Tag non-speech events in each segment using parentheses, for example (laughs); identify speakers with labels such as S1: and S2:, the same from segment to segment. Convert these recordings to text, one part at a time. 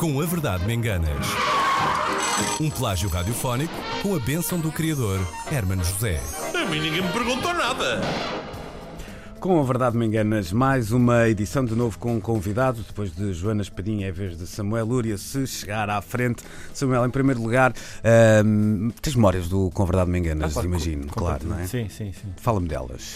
S1: Com a Verdade Me Enganas. Um plágio radiofónico com a bênção do criador Hermano José.
S2: A mim ninguém me perguntou nada.
S3: Com a verdade me enganas, mais uma edição de novo com um convidado, depois de Joana Espadinha, é vez de Samuel Lúria, se chegar à frente. Samuel, em primeiro lugar, ahm, tens memórias do Com a Verdade me
S4: Ah,
S3: enganas, imagino, Ah, claro, não é?
S4: Sim, sim, sim.
S3: Fala-me (laughs) delas.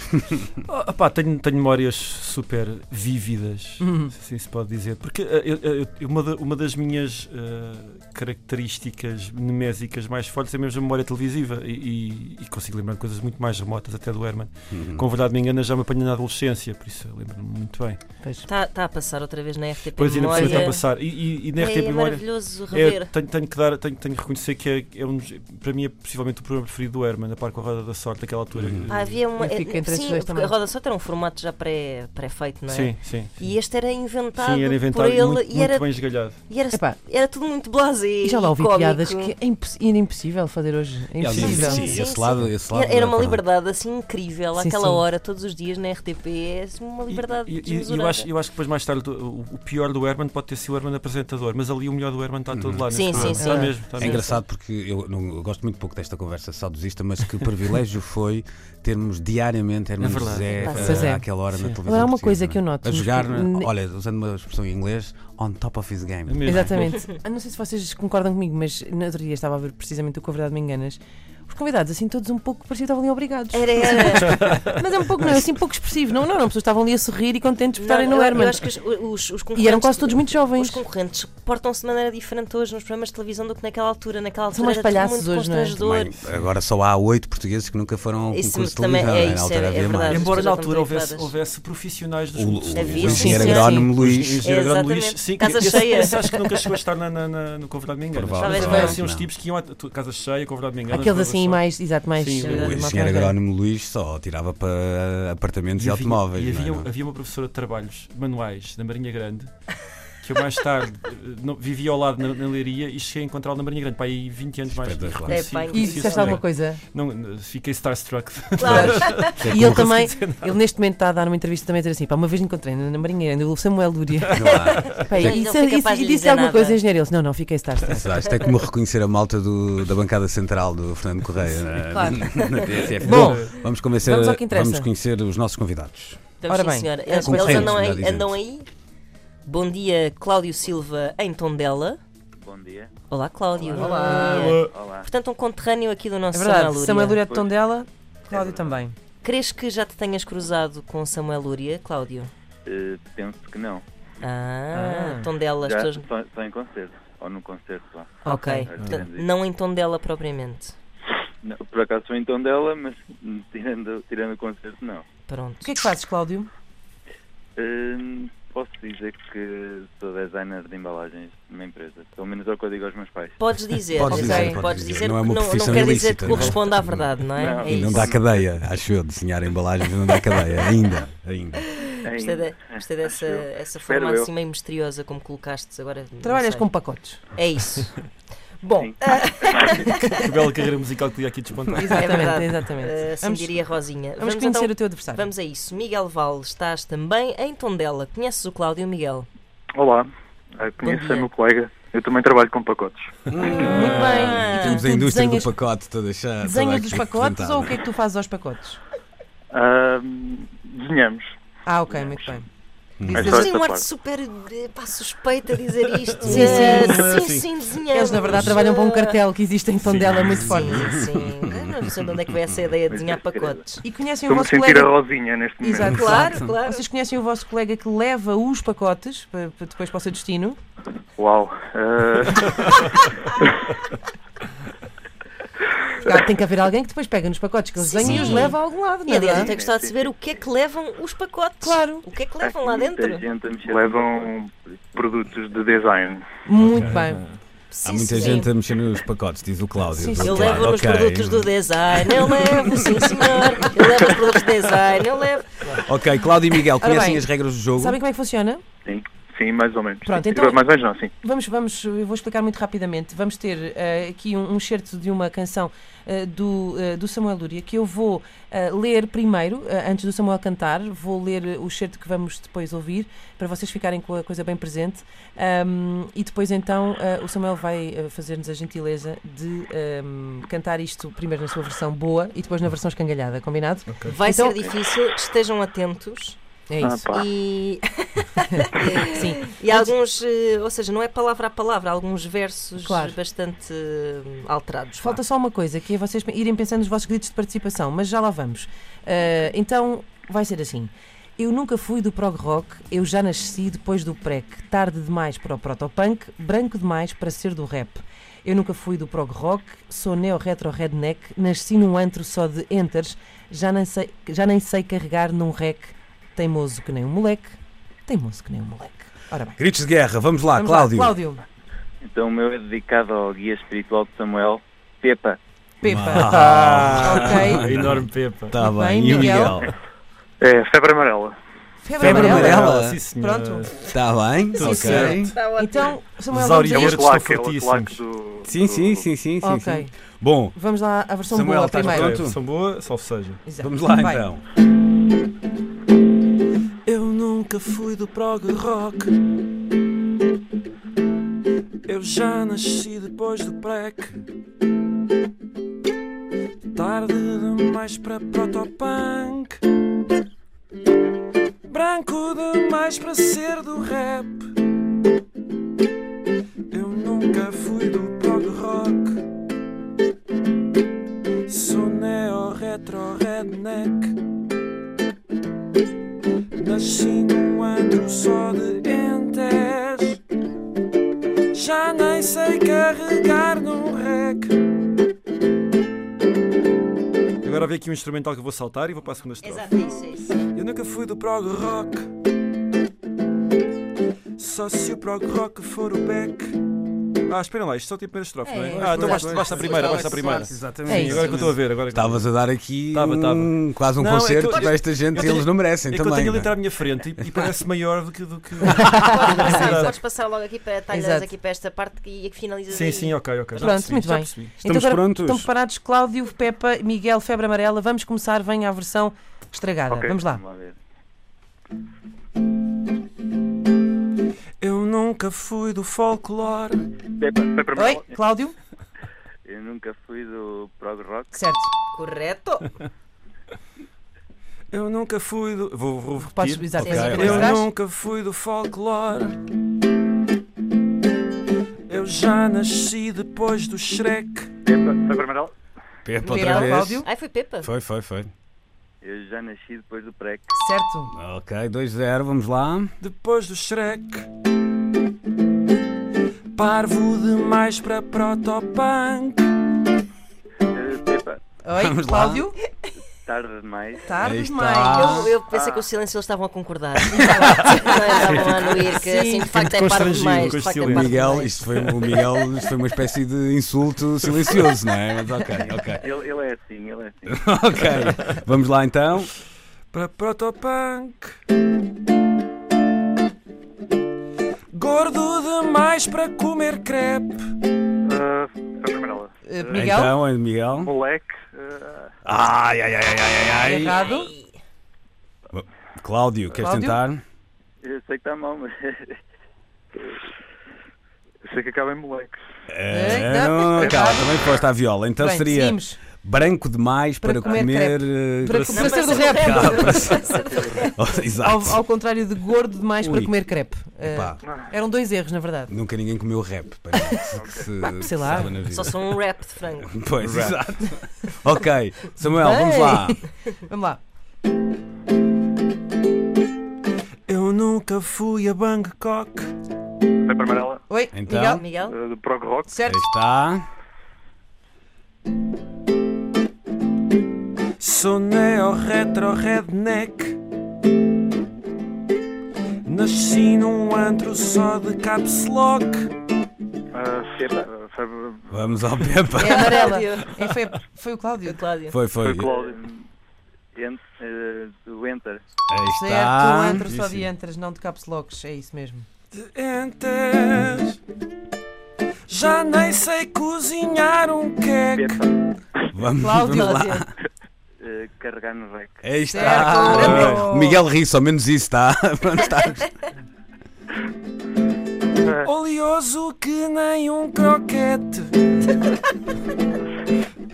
S4: Ah, pá, tenho, tenho memórias super vívidas,
S5: Uhum.
S4: se assim se pode dizer. Porque ah, eu- eu- eu- uma, da- uma das minhas ah, características mnemésicas mais fortes é mesmo a memória televisiva e, e- e consigo lembrar coisas muito mais remotas, até do
S3: Uhum.
S4: Herman. Com verdade me engana, já me apanhei na adolescência, por isso eu lembro-me muito bem.
S5: Está Tá, a passar outra vez na RTP
S4: Pois ainda por cima
S5: Memória.
S4: está a passar. E, e, e na
S5: é,
S4: RTP
S5: é
S4: Memória.
S5: maravilhoso rever.
S4: É, tenho, tenho que dar, tenho, tenho que reconhecer que é, é um dos- para mim é possivelmente o programa preferido do Herman, a par com a Roda da Sorte, daquela altura.
S3: Uhum.
S5: Pá, havia uma.
S6: Eu fico
S5: eh,
S6: entre esses
S5: sim,
S6: dois
S5: porque
S6: também.
S5: a Roda Sota era um formato já pré- pré-feito, não é?
S4: Sim, sim.
S5: E este era inventado,
S4: Sim, era inventado
S5: Tá por
S4: e
S5: ele
S4: muito,
S5: e,
S4: muito
S5: era,
S4: bem esgalhado.
S5: e era,
S6: Epá.
S5: era tudo muito blasé.
S6: E já lá ouvi
S5: e cómico.
S6: piadas que é imposs- ainda impossível fazer hoje. É impossível.
S5: sim,
S3: Sim,
S5: sim,
S3: esse
S5: sim.
S3: lado, esse lado. é
S5: Era, era uma
S3: perdão.
S5: liberdade assim incrível,
S6: Sim,
S5: àquela
S6: sim.
S5: hora, todos os dias na RTP, é assim, uma liberdade
S4: E- e- e- eu,
S5: desmesurada.
S4: acho, eu acho que depois mais tarde o, o pior do Herman pode ter sido o Herman apresentador, mas ali o melhor do Herman está todo
S3: Uhum.
S4: lá.
S5: Sim,
S4: neste
S5: sim,
S4: programa.
S5: sim.
S4: Está mesmo, está
S3: É
S4: mesmo.
S3: engraçado porque eu, não- eu gosto muito pouco desta conversa saudosista, mas que privilégio foi termos diariamente Hermano
S4: É verdade.
S3: José
S6: Pá,
S3: eh,
S6: pois é.
S3: àquela hora na televisão.
S6: Agora, há uma
S3: portuguesa,
S6: coisa que eu
S3: não é?
S6: noto,
S3: A jogar,
S6: n-
S3: olha, usando uma expressão em inglês, on top of his game.
S4: É mesmo.
S6: Exatamente. Ah, não sei se vocês concordam comigo, mas no outro dia estava a ver precisamente o que a verdade me enganas. Os convidados, assim, todos um pouco pareciam que estavam ali obrigados.
S5: Era,
S4: (laughs)
S5: era.
S6: Mas é um pouco, não, é assim, pouco expressivo. Não, não, não. As pessoas estavam ali a sorrir e contentes por estarem
S5: Não,
S6: no
S5: eu-
S6: Herman.
S5: eu acho que os, os- os
S6: E eram
S5: concorrentes-
S6: quase todos muito
S5: Os
S6: jovens.
S5: concorrentes portam-se de maneira diferente hoje nos programas de televisão do que naquela altura. Naquela altura
S6: São mais
S5: era tudo
S6: palhaços
S5: muito
S6: hoje, não é?
S5: constrangedor.
S3: Bem, agora só há oito portugueses que nunca foram a um
S5: Isso
S3: concurso
S5: também é
S3: de televisão. né?
S5: isso,
S3: Na altura
S5: é- é
S3: havia mais.
S5: verdade.
S4: Embora
S5: As pessoas já
S4: na altura
S5: estão
S4: houvesse,
S5: habituadas.
S4: houvesse profissionais dos
S3: O, o,
S4: concursos.
S5: É
S3: o
S5: visto,
S3: engenheiro
S5: sim,
S3: agrónomo
S4: O
S3: Luís.
S4: engenheiro agrónomo
S5: Exatamente.
S4: Luís, sim,
S5: Casa
S4: esse-
S5: cheia.
S4: Esse acho que nunca chegou a estar na, na, na, no Convidado Me Engana.
S3: Provavelmente
S5: Talvez
S4: Mas eram
S5: não.
S4: assim uns
S3: Não.
S4: tipos que iam à tu- Casa Cheia, Convidado Me Engana.
S6: Aqueles
S4: Roda da
S6: assim,
S4: Sorte.
S6: mais. Exato, mais.
S4: Sim,
S6: eh,
S4: o
S6: uma
S3: O
S6: plateia.
S3: engenheiro agrónomo Luís só tirava para apartamentos e,
S4: E havia-
S3: automóveis.
S4: E havia, um
S3: não é, não?
S4: havia uma professora de trabalhos manuais da Marinha Grande que eu mais tarde eh, não- vivia ao lado na, na Leiria e cheguei a encontrá-la na Marinha Grande, para aí 20 anos mais tarde.
S3: Espetacular.
S5: É, pá,
S6: E
S5: incrível.
S6: disseste alguma coisa?
S4: Não, não, fiquei starstruck. (laughs)
S5: Claro.
S3: Que
S6: (laughs)
S3: é
S6: um- E ele
S3: como-
S6: também, ele neste momento está a dar uma entrevista também a dizer assim: pá, uma vez encontrei na na Marinha Grande o
S5: (laughs)
S6: Samuel Lúria.
S3: (laughs) Não há.
S6: Pá,
S5: Ele
S6: e
S5: não
S6: disse-
S5: foi capaz
S6: e disse-
S5: de
S6: e disse
S5: dizer
S6: alguma
S5: nada.
S6: coisa, engenheiro? Ele disse: não, não, fiquei starstruck.
S3: Sei lá, Isto é como reconhecer a malta do- da bancada central do Fernando Correia na,
S5: Claro.
S3: (laughs) na TSF.
S6: Bom,
S3: vamos, convencer,
S6: vamos ao que interessa.
S3: vamos conhecer os nossos convidados.
S5: Estamos
S6: Ora
S5: sim,
S6: bem,
S5: senhora.
S6: é
S5: Eles,
S3: concorrente,
S5: eles andam,
S3: melhor
S5: aí,
S3: dizendo.
S5: andam aí. Bom dia, Cláudio Silva, em Tondela.
S7: Bom dia.
S5: Olá, Cláudio.
S6: Olá.
S5: Bom dia.
S7: Olá.
S5: Portanto, um conterrâneo aqui do
S6: É
S5: nosso
S6: verdade, Samuel
S5: Samuel Lúria.
S6: Lúria de Tondela, Cláudio também.
S5: Crees que já te tenhas cruzado com Samuel Lúria, Cláudio?
S7: Eh, penso que não.
S5: Ah,
S6: Ah.
S5: Tondela. as
S7: Já Ah,
S5: tuas-
S7: só, só em concerto. Ou num concerto lá.
S5: Ok. Tá. Hum.
S7: Ok.
S5: Portanto, Não em Tondela propriamente.
S7: Não, por acaso sou em Tondela, mas (laughs) hum, tirando, tirando o concerto, não.
S5: Pronto.
S6: O que é que fazes, Cláudio?
S7: Hum, posso dizer que sou designer de embalagens numa empresa. Pelo menos é o que eu digo aos meus pais.
S5: Podes dizer,
S3: Podes
S5: ok?
S6: dizer,
S3: podes
S5: podes
S3: dizer.
S5: dizer,
S3: Não é
S5: porque
S3: uma
S5: não,
S3: profissão
S5: quer dizer
S3: ilícita,
S5: que
S3: não é?
S5: corresponde à verdade, não é?
S7: Não,
S5: é
S7: e
S3: E
S5: isso.
S3: não dá cadeia, acho eu, desenhar embalagens não dá cadeia, ainda, ainda.
S5: Gostei,
S7: Ainda.
S5: de- gostei dessa
S7: Acho eu.
S5: essa
S7: Espero
S5: forma
S7: eu.
S5: assim meio misteriosa como colocaste agora. não
S6: Trabalhas
S5: sei. (laughs)
S6: com pacotes.
S5: É
S3: (laughs)
S5: isso. Bom,
S7: Sim.
S4: que bela carreira musical que podia aqui despontar.
S6: Exatamente,
S5: É verdade.
S6: exatamente.
S5: eh, assim
S6: Vamos-
S5: diria Rosinha.
S6: Vamos
S5: então-
S6: conhecer o teu adversário.
S5: Vamos a isso. Miguel Val, estás também em Tondela. Conheces o Cláudio Miguel?
S7: Olá. Ah,
S5: Bom
S7: Conheço
S5: dia.
S7: a meu colega. Eu também trabalho com pacotes.
S6: Muito bem.
S5: Ah.
S6: E tu-
S3: Temos a
S6: tu
S3: indústria
S6: desenhas-
S3: do pacote toda chata.
S6: Desenhas dos pacotes ou o que é que tu fazes aos pacotes?
S7: Ah, hum, desenhamos.
S6: Ah, ok, muito bem.
S7: É
S5: Mas
S7: só
S5: tem
S7: esta
S5: um ar
S7: parte.
S5: super eh, pá, suspeito a dizer isto.
S6: Sim,
S5: Eh,
S6: sim.
S5: sim,
S4: Sim.
S5: sim, desenhamos.
S6: Eles, na verdade, trabalham para um cartel que existe em Tondela muito forte.
S5: Sim, sim. Eu Não sei de onde é que vai essa ideia de desenhar pacotes.
S6: E conhecem o
S7: Estou-me a
S6: vosso
S7: sentir a
S6: colega.
S7: Rosinha neste momento.
S6: Exato.
S5: Claro, claro.
S6: Vocês conhecem o vosso colega que leva os pacotes para, para depois para o seu destino?
S5: (laughs)
S7: Uau. Ah,
S6: Claro, tem que haver alguém que depois pega nos pacotes que eles
S5: Sim,
S6: desenham e os
S5: sim.
S6: leva a algum lado, não
S5: E
S6: é?
S5: aliás, eu até
S6: verdade?
S5: gostava de saber o que é que levam os pacotes.
S6: Claro.
S5: O que é que levam lá
S7: muita
S5: dentro?
S7: gente a mexer- Levam produtos de design.
S6: Muito bem.
S5: Sim,
S3: Há muita
S5: sim.
S3: gente a mexer nos pacotes, diz o Cláudio.
S6: Sim, sim.
S5: Eu
S3: Claro,
S5: levo nos
S3: ok.
S5: produtos do design, eu levo, sim senhor. Eu levo os produtos de design, eu levo.
S3: Ok, Cláudio e Miguel,
S6: Ora
S3: conhecem
S6: bem,
S3: as regras do jogo?
S6: Sabem como é que funciona?
S7: Sim.
S8: Sim, mais ou menos.
S6: Pronto,
S8: sim.
S6: então-
S8: Mais ou menos não, sim.
S6: Vamos, vamos, eu vou explicar muito rapidamente. Vamos ter eh, aqui um, um excerto de uma canção eh, do, eh, do Samuel Lúria que eu vou eh, ler primeiro, eh, antes do Samuel cantar. Vou ler eh, o excerto que vamos depois ouvir, para vocês ficarem com a coisa bem presente. Ahm, e depois então eh, o Samuel vai eh, fazer-nos a gentileza de ahm, cantar isto primeiro na sua versão boa e depois na versão escangalhada, combinado?
S5: Vai
S6: Então-
S5: ser difícil, estejam atentos.
S6: É
S8: Ah,
S6: isso.
S8: pá.
S5: E,
S6: Sim.
S5: e alguns, eh, ou seja, não é palavra a palavra, há alguns versos
S6: Claro.
S5: bastante eh, alterados. vá.
S6: Falta só uma coisa, que é vocês irem pensando nos vossos gritos de participação, mas já lá vamos. Ah, então, vai ser assim. Eu nunca fui do prog rock, eu já nasci depois do prec, tarde demais para o protopunk, branco demais para ser do rap. Eu nunca fui do prog rock, sou neo-retro-redneck, nasci num antro só de enters, já nem sei, já nem sei carregar num rec, teimoso que nem um moleque, teimoso que nem um moleque. Ora bem,
S3: Gritos de guerra, vamos lá,
S6: vamos lá.
S3: Ah, Cláudio.
S6: Cláudio,
S7: Então o meu é dedicado ao guia espiritual de Samuel, Pepa.
S6: Pepa.
S3: Ah,
S6: Ok.
S4: (laughs) Enorme Pepa.
S3: Tá
S6: Muito
S3: bem,
S6: bem,
S3: e o
S6: Miguel?
S3: Miguel?
S8: É, febre amarela.
S6: Febre
S3: Febre
S6: amarela.
S3: amarela?
S4: Sim, senhora.
S6: Pronto.
S3: Tá bem,
S6: Sim,
S3: ok.
S6: certo. Então, Samuel,
S4: Os
S6: vamos a
S8: É
S4: Verdes
S8: o
S6: isto.
S4: estão
S8: claque, é o
S4: fortíssimos.
S8: claque do.
S3: Sim,
S8: do-
S3: sim, sim, sim, sim,
S6: Ok.
S3: sim. Bom,
S6: Vamos lá à versão
S3: Samuel,
S6: boa
S3: estás
S6: primeiro.
S3: pronto?
S4: São boa, salve seja.
S6: Exato.
S3: vamos lá
S6: Vai.
S3: então.
S9: Eu nunca fui do prog rock. Eu já nasci depois do prec. Tarde demais para protopunk. Branco demais para ser do rap. Eu nunca fui do prog rock. Sou neo-retro-redneck. Nasci num ano só de entes Já nem sei carregar num rec
S4: Agora vem aqui um instrumental que eu vou saltar e vou para a segunda estrofe.
S5: Exato, é isso, é isso.
S9: Eu nunca fui do prog rock Só se o prog rock for o beck
S4: Ah, espera lá, isto só tem a primeira estrofe, não é?
S5: É.
S4: Ah, então basta, basta a primeira, basta Tá a primeira.
S3: Exatamente.
S6: É
S4: Sim,
S6: isso.
S4: agora que eu estou a ver. Agora que eu estou a ver.
S3: Estavas a dar aqui
S4: Tava, tava.
S3: um- quase um
S4: Não, é
S3: concerto
S4: que eu-
S3: para esta gente
S4: eu
S3: e eles
S4: tenho-
S3: não
S4: É
S3: merecem
S4: que eu
S3: também.
S4: tenho
S3: não
S4: ali
S3: é?
S4: à minha frente e, e parece maior do que. Do que...
S5: Podes passar,
S4: Exato.
S5: podes passar logo aqui para talhas
S6: Exato.
S5: aqui para esta parte que, assim. que finalizas
S4: (laughs) sim,
S5: aí.
S4: sim, ok, ok. já
S6: Pronto,
S4: percebi,
S6: muito
S4: já
S6: bem.
S4: percebi.
S6: Então
S3: Estamos
S6: agora
S3: prontos?
S6: Estão preparados Cláudio, Pepa, Miguel, Febre Amarela. Vamos começar, vem à versão estragada.
S8: Ok,
S6: Vamos lá.
S7: Vamos lá ver.
S9: Eu nunca fui do folclore
S8: Pepa, febre
S6: Oi,
S8: amarela.
S6: Cláudio?
S7: Eu nunca fui do prog rock.
S6: Certo.
S5: Correto.
S9: Eu nunca fui do... Vou, vou
S6: Podes,
S9: repetir
S6: exato,
S5: Ok,
S6: vais
S5: ok.
S9: Eu
S6: atrás.
S9: nunca fui do folclore. Eu já nasci depois do Shrek.
S8: Pepa, febre amarela.
S3: Pepa
S5: Miguel,
S3: outra vez.
S6: Cláudio?
S5: Ai, foi Pepa.
S3: Foi, foi, foi.
S7: Eu já nasci depois do prec.
S6: Certo.
S3: Ok, 2-0, vamos lá.
S9: Depois do Shrek. Parvo demais para protopunk.
S7: Eh, Pepa,
S6: Oi,
S3: Vamos lá.
S6: Cláudio?
S7: tarde demais.
S6: Tarde
S3: Aí
S6: demais.
S3: está.
S5: Eu, eu pensei que o silêncio eles estavam a concordar. estavam a anuir que assim, de facto é parte
S4: constrangido
S5: demais.
S4: com
S5: De
S4: este
S5: facto, é
S4: silêncio.
S5: parte
S3: Miguel,
S5: demais.
S3: isto foi, um, o Miguel, isto foi uma espécie de insulto silencioso, não é? Mas ok,
S6: (laughs)
S3: ok.
S7: Ele, ele é assim, ele é assim.
S3: Ok, vamos lá então.
S9: Para protopunk. Gordo demais para comer crepe.
S8: Ah, febre amarela.
S6: Eh, Miguel?
S3: Então, é Miguel.
S8: Moleque. ah,
S3: Ai, ai, ai, ai, ai, ai.
S6: Errado.
S3: Cláudio, queres
S6: Cláudio?
S3: tentar?
S7: Eu sei que está mal, mas. (laughs)
S8: sei que acaba em moleque.
S3: É,
S6: não,
S3: não,
S6: é
S3: calma,
S6: errado.
S3: também foste à viola. Então
S6: Bem,
S3: seria
S6: seguimos.
S3: branco demais para,
S6: Para comer
S3: comer.
S6: crepe.
S3: eh, Oh,
S6: Para,
S4: ser-
S6: para ser do
S5: Para ser
S6: rap.
S3: (laughs) Exato.
S6: Ao, ao contrário de gordo demais para
S3: Ui.
S6: comer crepe. Eh,
S3: Epá,
S6: eram dois erros, na verdade.
S3: nunca ninguém comeu rap. pá, que se- que se
S6: (laughs) lá.
S3: sabe na vida.
S5: Só são um rap de frango.
S3: Pois, exato. (laughs) ok, Samuel, vamos
S6: Bem.
S3: lá.
S6: Vamos lá.
S9: Eu nunca fui a Bangkok.
S8: Febre amarela.
S6: Oi,
S3: Então? é
S6: Miguel?
S5: Miguel?
S8: ah, do prog rock.
S3: Aí
S6: Certo.
S3: está.
S9: Sou neo-retro-redneck. Nasci num antro só de caps lock.
S8: Ah, Pepa, febre.
S3: Vamos ao Pepa.
S6: É amarela.
S5: Cláudio.
S6: É, foi, foi o Cláudio.
S5: Cláudio.
S3: Foi, foi.
S8: Foi Cláudio.
S7: eh, Ent, eh, do Enter.
S3: Aí
S6: Certo, um
S3: está. (laughs)
S6: entras só de entras, não de caps locks, é isso mesmo.
S9: de entes. Já nem sei cozinhar um queque.
S3: Vamos
S6: Cláudia.
S3: vamos lá.
S6: Cláudia.
S7: Eh, carregar no rec.
S3: Aí está.
S6: Certo.
S3: O Miguel Risso, ao menos isso
S6: (laughs)
S3: está. Pronto, tá. está.
S6: É.
S9: Oleoso que nem um croquete.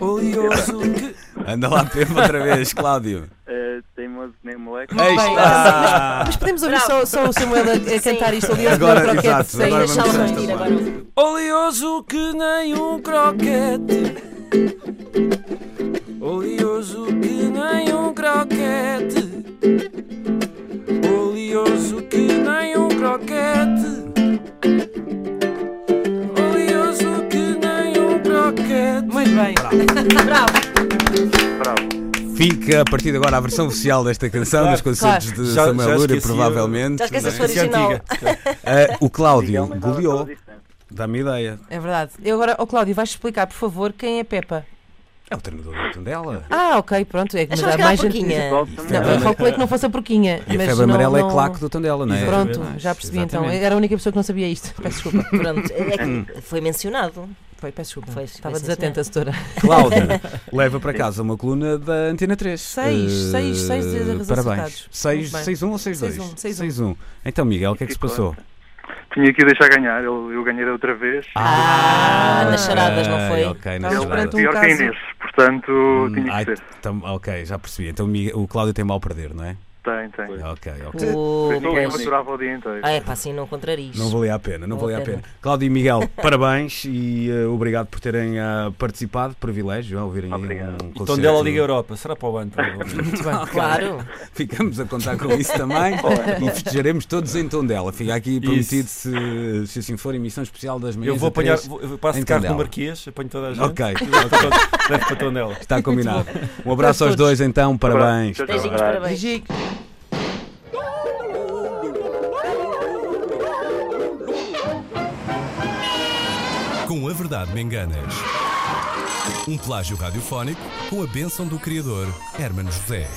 S9: Oleoso que.
S3: Anda lá, Pepe, outra vez, Cláudio.
S7: Eh, teimoso que nem moleque.
S3: Aí
S6: Bem,
S3: está.
S6: Mas podemos ouvir só, só o Samuel a, a cantar isto ali
S3: Agora,
S6: ao
S3: exato,
S6: sem
S3: agora
S6: deixá-lo
S3: vamos
S6: mentir
S3: esta
S6: agora.
S3: parte.
S5: um-
S9: Oleoso que nem um croquete. Oleoso que nem um croquete. Oleoso que nem um croquete. Oleoso que nem um croquete.
S6: Muito bem. Bravo.
S8: Bravo.
S3: Fica a partir de agora a versão oficial desta canção dos concertos
S6: claro.
S3: de
S4: Já-
S3: Samuel
S4: já
S3: Lúria,
S4: esqueci o-
S3: provavelmente.
S5: Já esqueceste o
S4: Essa é
S5: original.
S4: (laughs) antiga.
S3: Ah, o Cláudio
S7: Miguel, mas estava
S3: goleou.
S7: toda distante.
S3: Dá-me ideia.
S6: É verdade. E agora, ó Cláudio, vais explicar, por favor, quem é Peppa?
S3: É o treinador do Tondela.
S6: Ah, ok, pronto. É que me
S5: Achava
S6: dá
S5: que era a
S6: mais gente-
S5: porquinha.
S7: Volta
S6: Não,
S7: também.
S6: eu calculei que não fosse a porquinha.
S3: E a
S6: mas
S3: febre
S6: não-
S3: amarela
S6: não-
S3: é claque do Tondela, não é?
S6: Pronto,
S4: Exatamente.
S6: já percebi então.
S4: Exatamente.
S6: Era a única pessoa que não sabia isto. Peço desculpa.
S5: Pronto, é que foi mencionado.
S6: Foi, peço desculpa.
S5: Foi,
S6: Estava
S5: foi, sim,
S6: desatenta, setora.
S3: Cláudio (laughs) leva para casa uma coluna da Antena 3.
S6: Seis, seis, seis de resultados.
S3: Parabéns.
S6: Muito bem.
S3: 6-1 ou
S6: 6-1,
S3: 6-2?
S6: 6-1.
S3: 6-1. Então, Miguel, o que é que se passou?
S8: Tinha que o deixar ganhar, eu, eu ganhei da outra vez.
S5: Ah, nas charadas, não
S3: ok,
S5: foi?
S3: Ah, Ok, nas
S6: Ele
S8: Ele é
S3: charadas.
S6: perante um
S8: pior que a
S6: caso.
S8: Inês, portanto tinha
S3: Hum, Ai,
S8: que ser.
S3: tam- ok, já percebi. Então o Miguel- o Cláudio tem mal a perder, não é?
S8: Tem, tem.
S3: Ok, ok.
S5: O...
S8: Ninguém maturava o dia inteiro.
S5: Ah, é pá, assim não contrarias.
S3: Não valia a pena, não
S5: Vale a
S3: valia a pena.
S5: pena.
S3: Cláudio e Miguel, (laughs) parabéns e eh, obrigado por terem eh, participado. Privilégio, ao ouvirem aí
S8: Obrigado.
S3: um
S4: Então dela
S3: concerto.
S4: Liga Europa, será para o ano? provavelmente. (laughs)
S6: Muito bem.
S5: Claro.
S3: Ficamos a contar com isso também e festejaremos todos em Tondela. Fica aqui prometido se, se assim for emissão especial das manhãs.
S4: Eu vou
S3: a três.
S4: apanhar, vou, eu passo de
S3: em
S4: carro no
S3: Tondela.
S4: Marquês, apanho toda a gente.
S3: Ok,
S4: Levo para Ton- levo para Tondela. (laughs)
S3: está combinado. Um abraço aos dois então, parabéns.
S8: Tchau, tchau.
S5: Beijinhos, parabéns.
S6: Beijinho.
S1: Com a Verdade Me Enganas. Um plágio radiofónico com a bênção do criador, Hermano José.